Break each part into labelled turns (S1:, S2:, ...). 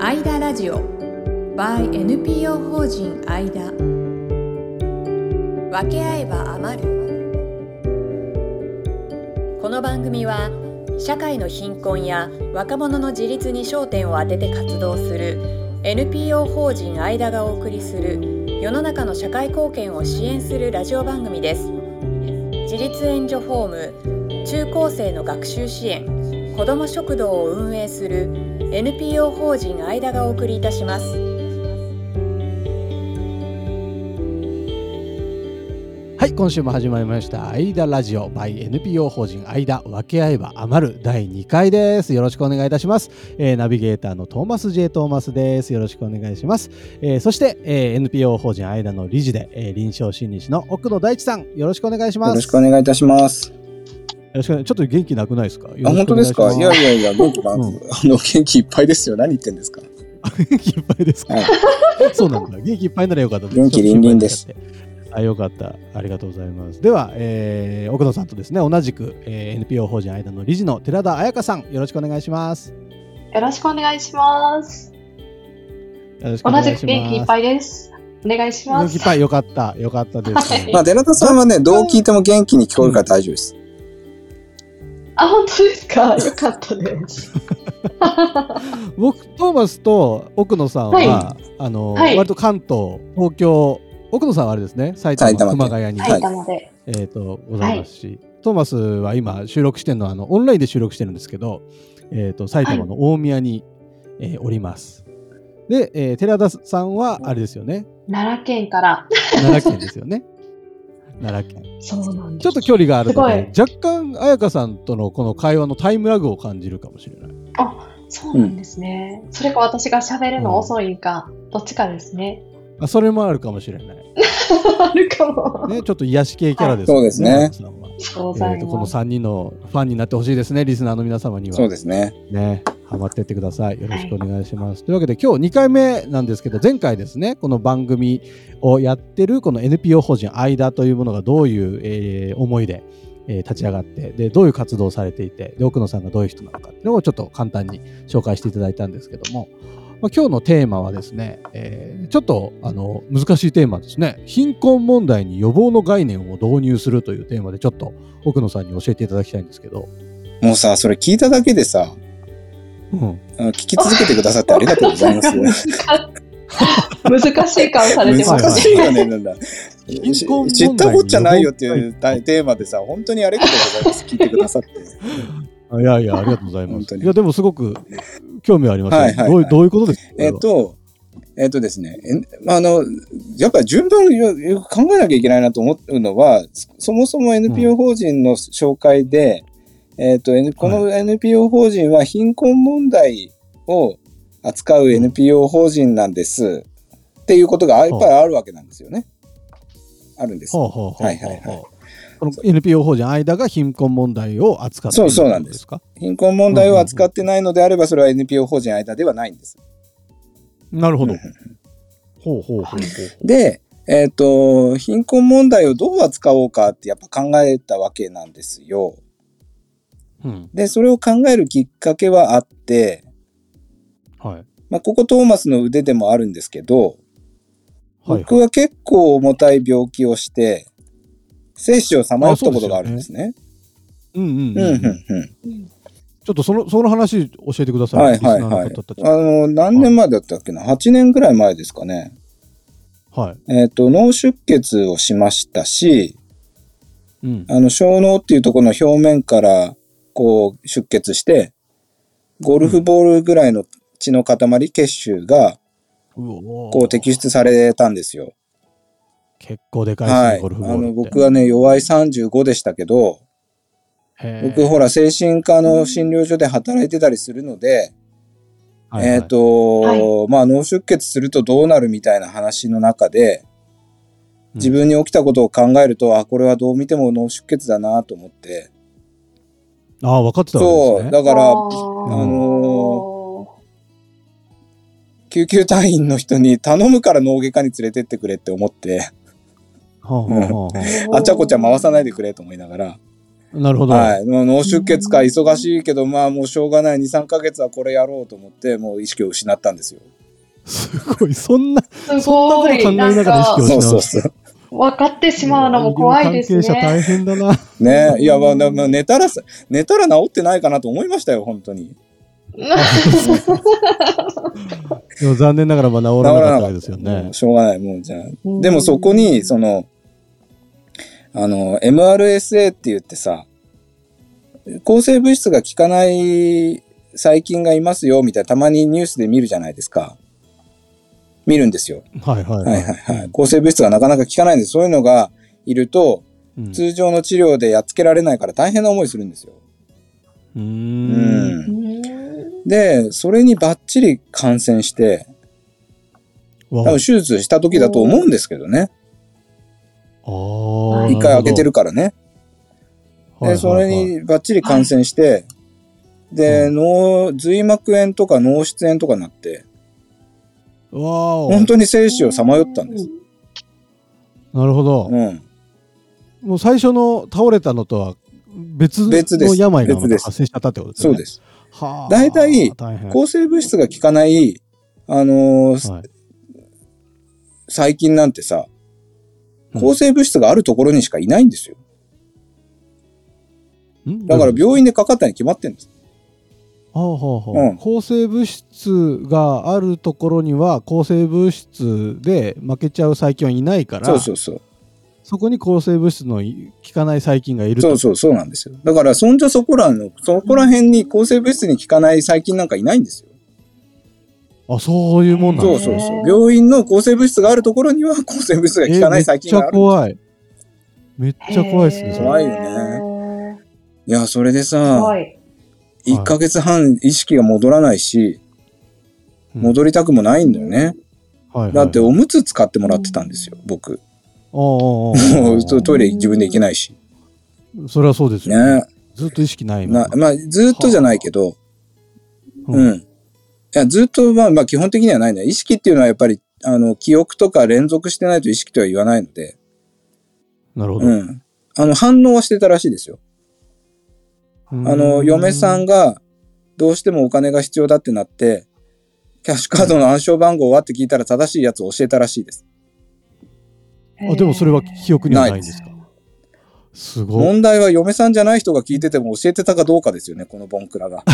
S1: アイダラジオ by NPO 法人アイダ分け合えば余るこの番組は社会の貧困や若者の自立に焦点を当てて活動する NPO 法人アイダがお送りする世の中の社会貢献を支援するラジオ番組です自立援助ホーム中高生の学習支援子ども食堂を運営する NPO 法人アイダがお送りいたします
S2: はい今週も始まりました「アイダラジオ by NPO 法人アイダ分け合えば余る」第2回ですよろしくお願いいたします、えーナビゲーターのトーマス J トーマスですよろしくお願いします、えーそして、えー NPO 法人アイダの理事で、えー臨床心理士の奥野大地さんよろしくお願いします
S3: よろしくお
S2: よ
S3: 願いいたします。
S2: ろしくお願いちょっと元気なくないですかあ
S3: あ、本当ですかいやいやいや、元気な、
S2: うん
S3: あの、元気いっぱいですよ。何言ってんですか
S2: 元気いっぱいですか、
S3: はい
S2: そうなんだ。元気いっぱいならよかった。
S3: 元気凛々です
S2: ちょっと心配になっちゃって。あ、よかった。ありがとうございます。では、えー奥野さんとですね、同じく、えー NPO 法人間の理事の寺田彩香さん、よろしくお願いします。
S4: よろしくお願いします。
S2: よろしくお
S4: 同
S2: 願いします。
S4: じく元気いっぱいです。お願いしま
S2: 元気
S4: す
S2: いっ。ぱい、よかった。よかったです。
S4: はい
S3: まあ、寺田さんはね、どう聞いても元気に聞こえるから大丈夫です。
S4: あ、本当ですか。よかったです。
S2: 僕、トーマスと奥野さんは、
S4: は
S2: あの、
S4: はい
S2: 割と関東、東京、奥野さんはあれですね、埼玉、
S3: 埼玉県
S2: 熊谷に、
S3: はい
S4: 埼玉で。
S2: えー、とございますし、トーマスは今収録してるのはあのオンラインで収録してるんですけど、えー、と埼玉の大宮に、えーおります。で、えー寺田さんはあれですよね
S4: 奈良県から。
S2: 奈良県ですよ ね。奈良県
S4: そうなんで
S2: ちょっと
S4: す。
S2: 距離があるのです若干彩香さんとのこの会話のタイムラグを感じるかもしれない。
S4: そうなんですね。それか私が喋るの遅いか、どっちかですね。
S2: あそれもあるかもしれない。
S4: あるかも。あり
S2: ね、ちょっと癒し系キャラです
S3: そうです
S2: 彩
S3: ね
S2: 香さんは
S4: がとうござ
S2: え
S4: い
S2: ーとこの
S4: ます。
S2: 3人のファンになってほしいですね、リスナーの皆様には。
S3: そうですね。
S2: ね、ハマってってください。よろしくお願いします。というわけで、今日2回目なんですけど、前回ですね、この番組をやってる、この NPO 法人 AIDA というものがどういう、えー思いで、えー立ち上がって、で、どういう活動をされていて、で、奥野さんがどういう人なのかっていうのをちょっと簡単に紹介していただいたんですけども、まあ、今日のテーマはですね、えーちょっとあの難しいテーマですね、貧困問題に予防の概念を導入するというテーマで、ちょっと奥野さんに教えていただきたいんですけど、
S3: もうさ、それ聞いただけでさ、
S2: うん、
S3: あの聞き続けてくださってありがとうございます。
S4: 難しい顔されてま
S3: 難
S4: す
S3: し
S4: ね。
S3: いよね、なんだ。
S2: 貧
S3: し
S2: 困問題
S3: 知ったこっちゃないよっていうテーマでさ、本当にありがとうございます。聞いてくださって。
S2: あいやいや、ありがとうございま
S3: 本
S2: す。
S3: 当
S2: い
S3: に
S2: や、でもすごく興味あります
S3: はいはい
S2: ね。ど
S3: はい
S2: ういどういうことですか
S3: えっ、と、えっ、とですね、えまああの、やっぱり順番をよよく考えなきゃいけないなと思うのは、そそもそも NPO 法人の紹介で、えっ、と、N- この NPO 法人は貧困問題を扱う NPO 法人なんです、っていうことがあやっぱりあるわけなんですよね。あるんです。
S2: ほうほうほうほう
S3: はいはいはい
S2: この NPO 法人間が貧困問題を扱ってい
S3: そ
S2: る
S3: う
S2: という
S3: そうなん
S2: こ
S3: で
S2: とで
S3: す
S2: すか
S3: 貧困問題を扱ってないのであれば、それは NPO 法人間ではないんです。
S2: なるほど
S3: うん。
S2: ほうほうほうほう。
S3: で、えっ、と、貧困問題をどう扱おうかってやっぱ考えたわけなんですよ。
S2: うん。
S3: で、それを考えるきっかけはあって、
S2: はい。はい
S3: まあ、ここトーマスの腕でもあるんですけど、
S2: はい。
S3: 僕は結構重たい病気をして、生死をさまよったことがあるんですね。
S2: うんうん
S3: うん、う、
S2: うん。
S3: うん
S2: ち
S3: ん。
S2: ょっとその、その話教えてください。
S3: はい、はい、は
S2: リスナー
S3: い
S2: の方た。ち
S3: あの、何年前だったっけな ?8 年ぐらい前ですかね。
S2: はい。
S3: えっ、と、脳出血をしましたし、
S2: うん。
S3: あの、小脳っていうところの表面から、こう、出血して、ゴルフボールぐらいの血の塊、血腫が、こ
S2: こ
S3: う、摘出されたんですよ。
S2: 結構でかいです
S3: は
S2: ね、
S3: い。
S2: ゴルフボ
S3: あ
S2: ールっ
S3: の、
S2: て。
S3: 僕はね、弱い35でしたけど、
S2: へー、
S3: 僕、ほら、精神科の診療所で働いてたりするので、
S2: はいはい
S3: えっ、とまあ、脳出血するとどうなるみたいな話の中で、
S2: うん
S3: 自分に起きたことを考えると、あ、これはどう見ても脳出血だなと思って。
S2: ああ、分かってたわ
S3: そ
S2: け
S3: う、
S2: ですね。
S3: だから、
S4: ー
S3: あの救急隊員の人に頼むから脳外科に連れてってくれって思って、
S2: はあはあはあはあ
S3: あちゃこちゃ回さないでくれと思いながら、
S2: なるほど。
S3: はい。まあ脳出血か忙しいけど、まあもうしょうがない2、3ヶ月はこれやろうと思って、もう意識を失ったんですよ。
S2: すごい、そんな、
S4: す
S2: そんなこと
S4: ご
S2: 考え
S4: い。な
S2: なんがら意識を
S4: か、
S3: そうそうそう。
S4: 分かってしまうのも怖いです
S2: 医療関係者大
S4: ね。
S2: 変だな。
S3: ねいや、まあ、なまあ寝たらさ、寝たら治ってないかなと思いましたよ、本当に。
S2: でも残念ながらまあ治らなかったわけですよね
S3: もう。しょうがない、もうじゃあ。
S4: うん
S3: でもそこに、その、あの、MRSA って言ってさ、抗生物質が効かない細菌がいますよ、みたいな、たまにニュースで見るじゃないですか。見るんですよ。
S2: はいはい
S3: はいはいはい。抗生物質がなかなか効かないんです。そういうのがいると、
S2: うんう
S3: 通常の治療でやっつけられないから大変な思いするんですよ。
S2: ー。
S3: うんん。
S4: うん
S3: で、それにバッチリ感染して、
S2: わ
S3: 多
S2: あ
S3: 分手術した時だと思うんですけどね。
S2: あー
S3: 一回開けてるからね。
S2: な
S3: で、
S2: るほ
S3: そ
S2: ど
S3: れ
S2: はいはいはい
S3: にバッチリ感染して、で、
S2: う
S3: 脳、髄膜炎とか脳室炎とかになって、
S2: わあお
S3: 本当に生死をさまよったんです。。
S2: なるほど。
S3: うん。
S2: もう最初の倒れたのとは別
S3: 別です
S2: の病が
S3: 別です
S2: 発生しちゃったってことです
S3: そ
S2: よ
S3: う
S2: ね。。
S3: ですす。
S2: はあ。
S3: 大体
S2: 大変
S3: 抗生物質が効かない、あのー
S2: はい
S3: 細菌なんてさ、
S2: うん
S3: 抗生物質があるところにしかいないんですよ。
S2: ん
S3: だから
S2: どういう
S3: 病院でかかったに決まってんです。
S2: ことはあはあはあ
S3: うん
S2: 抗生物質があるところには抗生物質で負けちゃう細菌はいないから
S3: そうそうそう。
S2: そこに抗生物質のい効かない細菌がいる
S3: そ
S2: と
S3: うそうそうなんですよ。だから、そんじょそこらの、そこら辺に抗生物質に効かない細菌なんかいないんですよ。
S2: あそういうもんなん
S3: そ
S2: だ
S3: うそうそ
S4: へ
S3: う。
S4: ー
S3: 病院の抗生物質があるところには抗生物質が
S2: え
S3: 効かない細菌がある。
S2: めっちゃ怖いめっちゃ怖いですねそれ
S3: 怖いよね
S4: ね。
S3: いや、それでさ、
S4: 怖い。
S3: 1ヶ月半意識が戻らないし、
S2: うん
S3: 戻りたくもないんだよね。
S2: はいはい
S3: だっておむつ使ってもらってたんですよ、僕。
S2: おうおうお
S3: も
S2: う
S3: うトトイレ自分で行けないし。
S2: それはそうですよね
S3: ね。
S2: ずっと意識ないの
S3: なまあ、ずっとじゃないけど、
S2: はあ
S3: うん。いや、ずっと、まあ、まあ、基本的にはないね。意識っていうのはやっぱり、あの、記憶とか連続してないと意識とは言わないので、
S2: なるほど、
S3: うん。あの、反応はしてたらしいですよ。あの、嫁さん
S2: が
S3: が、どうしてもお金が必要だってなって、キャッシュカードの暗証番号はって聞いたら正しいやつを教えたらしいです。
S2: あでもそれは記憶にはないんですか
S4: ない
S2: すごい
S3: 問題は嫁さんじゃない人が聞いてても教えてたかどうかですよね、このボンクラが。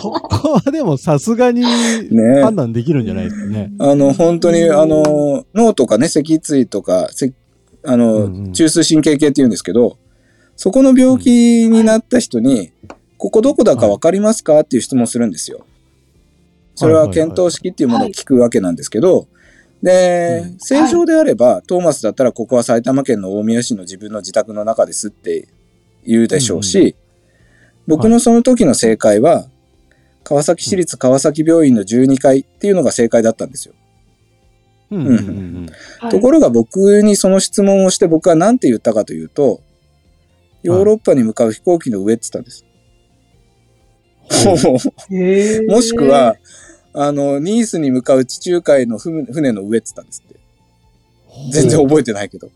S2: そこは でもさすがに
S3: ね
S2: 判断できるんじゃないですかね
S3: あの、本当に、あの、脳とかね、脊椎とか、せあの、
S2: うんうん
S3: 中枢神経系って言うんですけど、そこの病気になった人に、ここどこだかわかりますかっていう質問するんですよ。それは検討式っていうものを聞くわけなんですけど、で
S2: うん、
S3: 正常であれば、トーマスだったらここは埼玉県の大宮市の自分の自宅の中ですって言うでしょうし、僕のその時の正解は、川崎市立川崎病院の12階っていうのが正解だったんですよ。
S2: うんうんうん
S4: は い
S3: ところが僕にその質問をして僕は何て言ったかというと、ヨーロッパに向かう飛行機の上って言ったんです。
S4: へー
S3: もしく は、あの、ニースに向かう地中海の船船の上って言ったんですって。
S2: うん
S3: 全然覚えてないけど。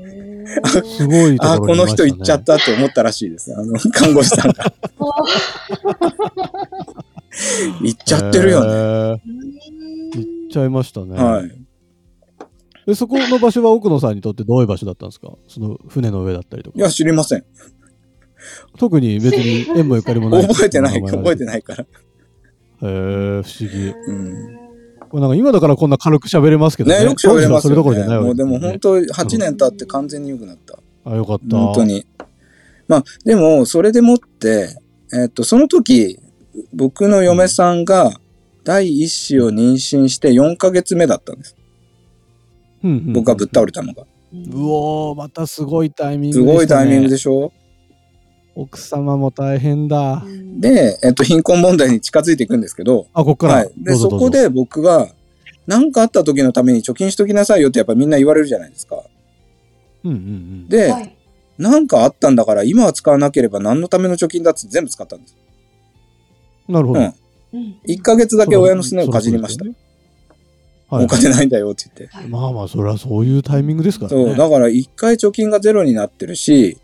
S4: へ
S2: す
S4: ー
S2: ごいと
S3: あ、
S2: ころ
S3: こ
S2: にい
S3: の
S2: ましたね
S3: 人行っちゃったって思ったらしいです。あの、看護師さんが。行っちゃってるよね。
S2: ね行っちゃいましたね
S3: はい。
S2: でそこの場所は奥野さんにとってどういう場所だったんですかその船の上だったりとか
S3: いや、知りません。
S2: 特に別 に縁もゆかりもない
S3: 覚えてない、
S2: 名前
S3: 覚えてないか
S2: へ
S3: ら。
S2: え不思議
S3: うん。
S2: これなんか今だからこんな軽く喋れますけどね
S3: ね、よく喋れ
S2: 当時は
S3: ます
S2: それどこ
S3: よ
S2: ろじ
S3: ね。
S2: ゃないわけ
S3: もうでも
S2: ね
S3: 本当、8年経って完全に良くなった。
S2: あよかった
S3: 本当に。まあ、でも、それでもって、えっと、その時、僕の嫁さんが第一子を妊娠して4ヶ月目だったんです。
S2: うんうん
S3: 僕がぶっ倒れたのが。
S2: うおーまたすごいタイミング
S3: す
S2: でしたね
S3: ごいタイミングでしょ
S2: 奥様も大変だ
S4: うん
S3: で、えっと、貧困問題に近づいていくんですけど、
S2: あこっから、
S3: はい。で、
S2: どうぞ
S3: そ
S2: どう
S3: こ
S2: ぞ
S3: で僕が、何かあった時のために貯金しときなさいよってやっぱみんな言われるじゃないですか。
S2: うんうん
S3: で、
S4: は
S3: 何
S4: い
S3: かあったんだから今は使わなければ何のための貯金だっつって全部使ったんです。
S2: うんなるほど、
S3: うん
S4: うん
S3: 1ヶ月だけ親のすねをかじりました。
S2: そらそうですよねはい
S3: お金ないんだよって言って。
S2: まあまあ、それはそういうタイミングですから
S3: そう、
S2: ね。
S3: だから一回貯金がゼロになってるし、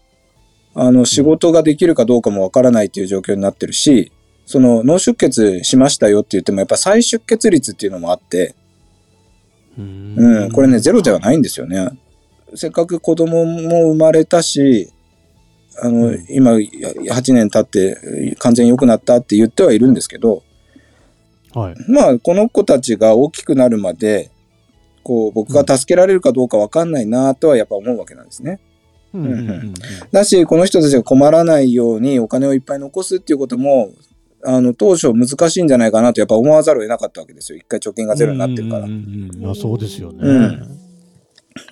S3: あの、仕事ができるかどうかもわからないっていう状況になってるし、その、脳出血しましたよって言っても、やっぱ再出血率っていうのもあって、
S2: う
S3: うん、これね、ゼロではないんですよね。せっかく子供も生まれたし、あの、
S2: うん
S3: 今、8年経って、完全に良くなったって言ってはいるんですけど、
S2: はい。
S3: まあ、この子たちが大きくなるまで、こう、僕が助けられるかどうかわかんないなとはやっぱ思うわけなんですね。
S2: うんうんうん
S3: うんだし、この人たちが困らないようにお金をいっぱい残すっていうことも、あの、当初難しいんじゃないかなとやっぱ思わざるを得なかったわけですよ。一回貯金がゼロになってるから
S2: うん。うんうんまあそうですよね。
S3: うん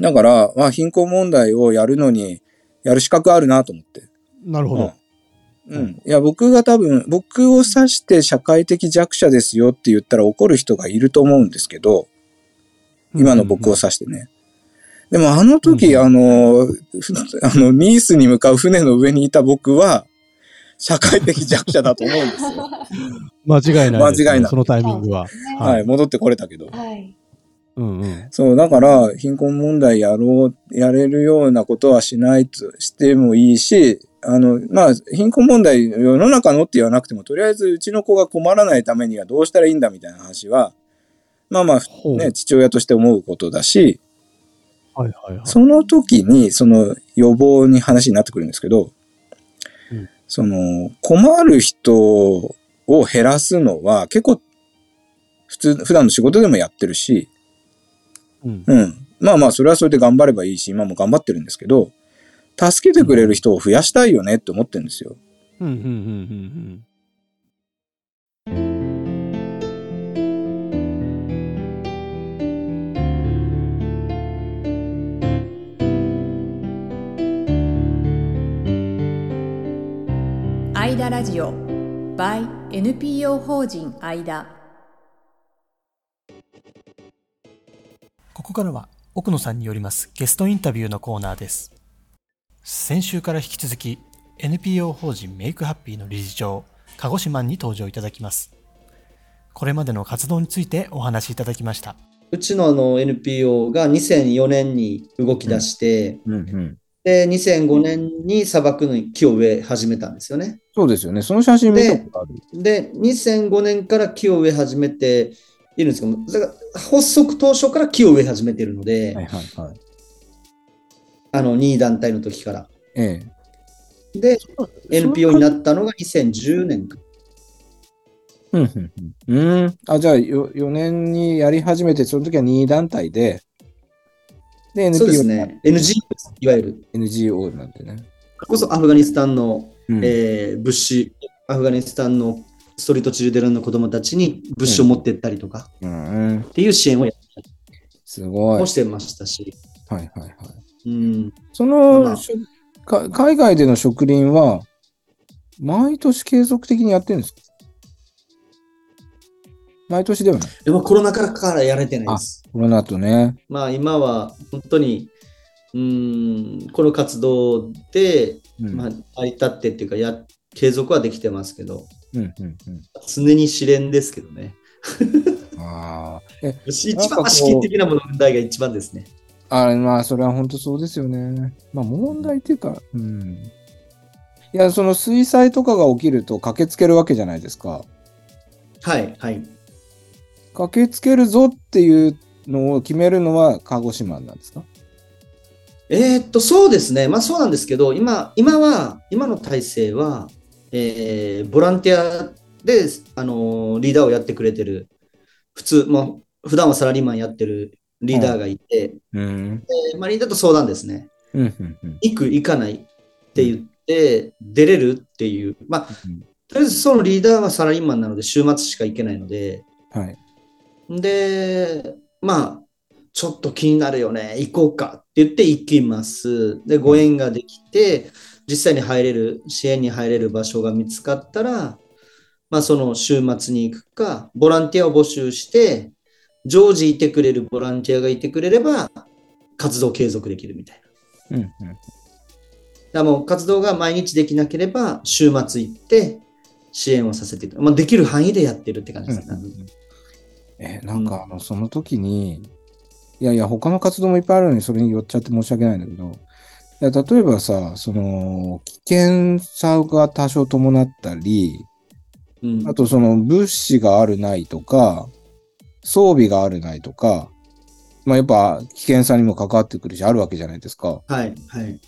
S3: だから、まあ、貧困問題をやるのに、やる資格あるなと思って。
S2: なるほど。
S3: うん。うんいや、僕が多分、僕を指して社会的弱者ですよって言ったら怒る人がいると思うんですけど、今の僕を指してね。でもあの時、
S2: うん
S3: あの、ふ あの、ニースに向かう船の上にいた僕は、社会的弱者だと思うん ですよ。
S2: 間違いないですね。
S3: 間違いない
S2: そのタイミングは。
S4: は
S3: はいい、戻ってこれたけど。
S4: はい。
S2: うんうん。
S3: そう、だから、貧困問題やろう、やれるようなことはしないとしてもいいし、あの、まあ、貧困問題、世の中のって言わなくても、とりあえずうちの子が困らないためにはどうしたらいいんだみたいな話は、まあまあ、
S2: ほう。
S3: ね、父親として思うことだし、
S2: はいはいはい。
S3: その時に、その予防に話になってくるんですけど、
S2: うん
S3: その、困る人を減らすのは、結構、普通、普段の仕事でもやってるし、
S2: うん
S3: うん。まあまあ、それはそれで頑張ればいいし、今も頑張ってるんですけど、助けてくれる人を増やしたいよねって思ってるんですよ。
S2: うんうんうんうん
S1: アイダラジオ by NPO 法人アイダ
S5: ここからは奥野さんによりますゲストインタビューのコーナーです。先週から引き続き NPO 法人メイクハッピーの理事長、鹿児島に登場いただきます。これまでの活動についてお話しいただきました。
S6: うちのあの NPO が2004年に動き出して、
S3: うんうん。
S6: で2005年に砂漠の木を植え始めたんですよね。
S3: そうですよね。その写真見たことある。
S6: で2005年から木を植え始めているんですけどもだから発足当初から木を植え始めているので、
S3: はいはいはい。
S6: あの任意団体の時から。
S3: え
S6: で
S3: え。
S6: NPO になったのが2010年か
S3: うんうんうん。うん。あ、じゃあよ4年にやり始めて、その時は任意団体で、で、
S6: そうで
S3: NPO
S6: す
S3: になって、
S6: ね NGO ですいわゆる
S3: NGO になってね。
S6: それこそアフガニスタンの、
S3: うん
S6: えー物資アフガニスタンのストリートチルデランの子供たちに物資を持ってったりとか
S3: うんうん。
S6: っていう支援をやったり
S3: すごい。
S6: も
S3: はい
S6: してましたし、
S3: はいはい。
S6: うん、
S3: その、
S6: まあ
S3: しょか海外での植林は、毎年継続的にやってるんですか毎年ではない。
S6: でもコロナ禍からやれてないです。
S3: コロナとね。
S6: まあ今は本当にうーんこの活動で、
S3: うん
S6: まあ、成り立ってっていうかや継続はできてますけど
S3: うんうん
S6: 常に試練ですけどね
S3: うん。ああ。え、
S6: 一
S3: なんかこ
S6: 番
S3: う
S6: 資金的な問題が一番ですね。
S3: あれまあ、それは本当そうですよね。まあ、問題っていうか、うん。いや、その水災とかが起きると駆けつけるわけじゃないですか。
S6: はいはい
S3: 駆けつけるぞっていうのを決めるのは鹿児島なんですか
S6: えーっと、そうですね。まあそうなんですけど、今、今は、今の体制は、えーボランティアで、あのーリーダーをやってくれてる、普通、まあ、普段はサラリーマンやってるリーダーがいて、
S3: うん。
S6: でまあ、リーダーと相談ですね。
S3: うんうんうん。
S6: 行く、行かないって言って、出れるっていう。まあ、
S3: うん
S6: とりあえずそのリーダーはサラリーマンなので、週末しか行けないので、
S3: はい。
S6: で、まあ、ちょっと気になるよね、行こうかって言って行きます。で、ご縁ができて、実際に入れる、支援に入れる場所が見つかったら、まあ、その週末に行くか、ボランティアを募集して、常時いてくれるボランティアがいてくれれば、活動継続できるみたいな。
S3: うんうん。
S6: だからもう活動が毎日できなければ、週末行って支援をさせていただく、まあ、できる範囲でやってるって感じですね。
S3: えなんかあの、その時に、いやいや、他の活動もいっぱいあるのに、それに寄っちゃって申し訳ないんだけど、いや例えばさ、その、危険さが多少伴ったり、
S6: うん
S3: あとその物資があるないとか、装備があるないとか、まあやっぱ危険さにも関わってくるし、あるわけじゃないですか。
S6: はい、はい。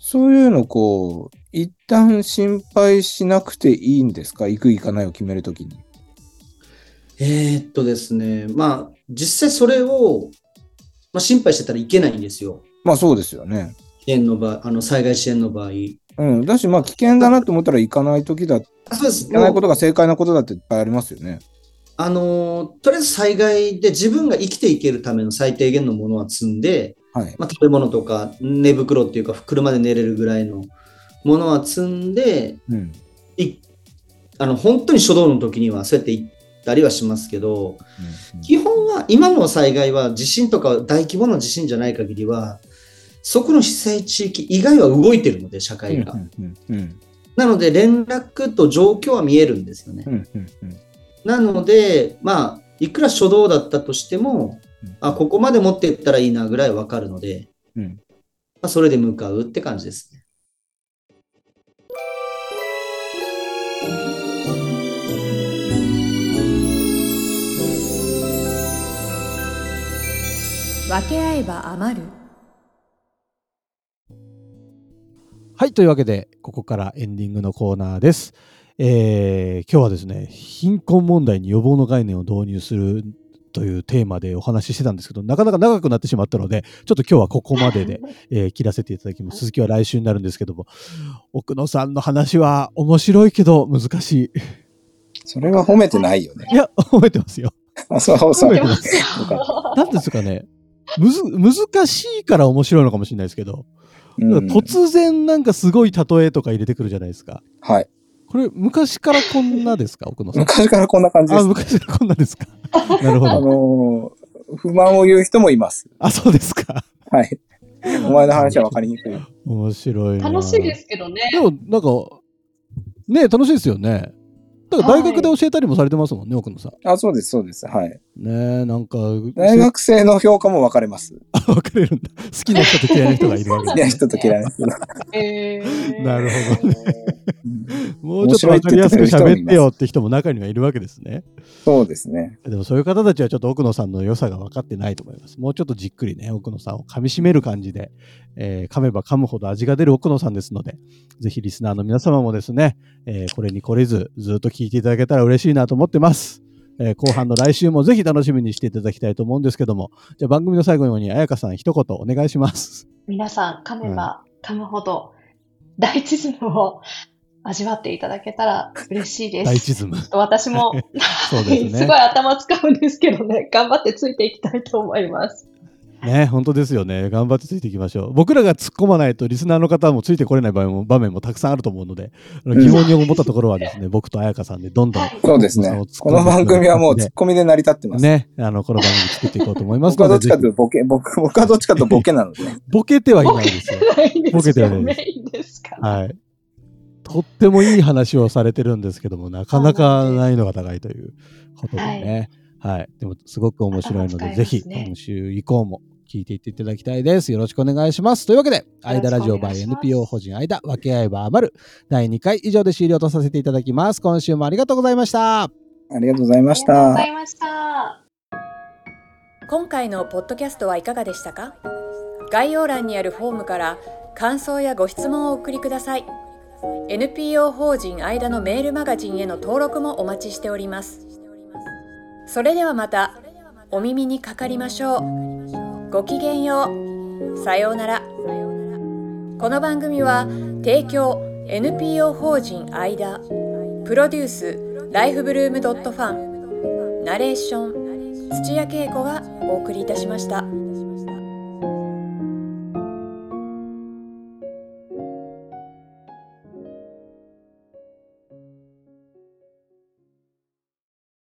S3: そういうのこう、一旦心配しなくていいんですか行く行かないを決めるときに。
S6: えーっとですね、まあ、実際それを、まあ、心配してたらいけないんですよ。
S3: まあそうですよね。
S6: 支援の場合、あの災害支援の場合。
S3: うん。だし、まあ危険だなと思ったら行かないときだ、行
S6: あそうです。
S3: かないこと
S6: もう
S3: が正解なことだっていっぱいありますよね。
S6: あのーとりあえず災害で自分が生きていけるための最低限のものは積んで、
S3: はい。
S6: まあ、食べ物とか寝袋っていうか車で寝れるぐらいのものは積んで
S3: うん。
S6: いあの本当に初動の時にはそうやって行ったりはしますけど基本は今の災害は地震とか大規模な地震じゃない限りはそこの被災地域以外は動いてるので社
S3: うん
S6: 会が、
S3: うんうん
S6: なので連絡と状況は見えるんですよね、
S3: うんうんうんうん
S6: なのでまあいくら初動だったとしても
S3: うん
S6: あここまで持っていったらいいなぐらいわかるので、
S3: うん
S6: まあ、それで向かうって感じですね
S1: 分け合えば余る
S2: はい、というわけで、ここからエンディングのコーナーです。えー今日はですね、貧困問題に予防の概念を導入するというテーマでお話ししてたんですけど、なかなか長くなってしまったので、ちょっと今日はここまでで、えー切らせていただきます。続きは来週になるんですけども、奥野さんの話は面白いけど難し
S3: それは褒めてないよね。
S2: い。いや、覚えてますよ。
S3: あ、そう
S2: 褒
S3: そう。
S2: め
S3: よ
S2: て
S3: か
S2: ま
S3: っ
S2: す。なんですかね。むず難しいから面白いのかもしれないですけど、
S3: たうん
S2: 突然なんかすごい例えとか入れてくるじゃないですか。
S3: はい。
S2: これ昔からこんなですか奥野さん。
S3: 昔からこんな感じで
S2: あ、
S3: す。
S2: 昔からこんな ですか。なるほ
S3: あ
S2: ど。
S3: のー不満を言う人もいます。
S2: あ、そうですか。
S3: はい。お前の話は分かりにくい。
S2: 面白いな。
S4: 楽しいですけどね。
S2: でも、なんか、ね楽しいですよね。だから大学で教えたりもされてますもんね、奥野さん。
S3: あ、そうです、そうです。はい。
S2: ねえ、なんか、
S3: 大学生の評価も分かれます。
S2: あ分かれるんだ。好きな人と嫌いな人がいるわ け
S3: 好きな人と嫌いな人。
S4: え ー
S2: なるほどね。もうちょ
S3: 面
S2: っと
S3: 白い
S2: 分かり
S3: って言
S2: や
S3: っ
S2: す
S3: てく
S2: く
S3: れる人もいま
S2: 喋
S3: す
S2: ってよって人も中にはいるわけですね。
S3: そうですね。
S2: でもそういう方たちはちょっと奥野さんの良さが分かってないと思います。もうちょっとじっくりね、奥野さんを噛み締める感じで、えー噛めば噛むほど味が出る奥野さんですので、ぜひリスナーの皆様もですね、えーこれにこれずずっと聞いていただけたら嬉しいなと思ってます。えー後半の来週もぜひ楽しみにしていただきたいと思うんですけども、じゃあ番組の最後に彩香さん一言お願いします。
S4: 皆さん噛めば噛むほど大地図を味わっていただけたら嬉しいです。
S2: 大地ズム。
S4: ちょっと私も、
S2: そうです ね
S4: すごい頭使うんですけどね、頑張ってついていきたいと思います。
S2: ね、本当ですよね。頑張ってついていきましょう。僕らが突っ込まないと、リスナーの方もついてこれない場合も場面もたくさんあると思うので、あの
S3: うん
S2: 疑問に思ったところは ですね、僕と彩香さんでどんどん、
S3: そうですね。この番組はもう突っ込みで成り立ってます。
S2: ね、あの、この番組作っていこうと思います
S3: 僕はど
S2: の
S3: っ
S2: で、
S3: ち
S2: ぜ
S3: かというとボケ、僕、僕はどっちかというとボケなので。
S2: ひボケてはいないですよ。
S4: ないんで
S2: ボケ
S4: す
S2: てはな
S4: よ。
S2: いです
S4: メインですから。
S2: はい。とってもいい話をされてるんですけども、なかなか難易度が高いということでね。はい。でも、すごく面白いので、
S4: 頭使います
S2: ぜ
S4: ね
S2: ひ、今週以降も聞いていっていただきたいです。よろしくお願いします。というわけで、
S4: 願い
S2: 間ラジオ by
S4: します
S2: NPO 法人間、分け合えば余る第2回以上で終了とさせていただきます。今週もありがとうございました。
S3: ありがとうございま
S4: あ
S3: し
S4: りがとうご
S3: た
S4: ざ。いました。
S1: 今回のポッドキャストはいかがでしたか概要欄にあるフォームから感想やご質問をお送りください NPO 法人間のメールマガジンへの登録もお待ちしておりますそれではまたお耳にかかりましょうごきげんようさようならこの番組は提供 NPO 法人間プロデュースライフブルームドットファンナレーション土屋恵子がお送りいたしました。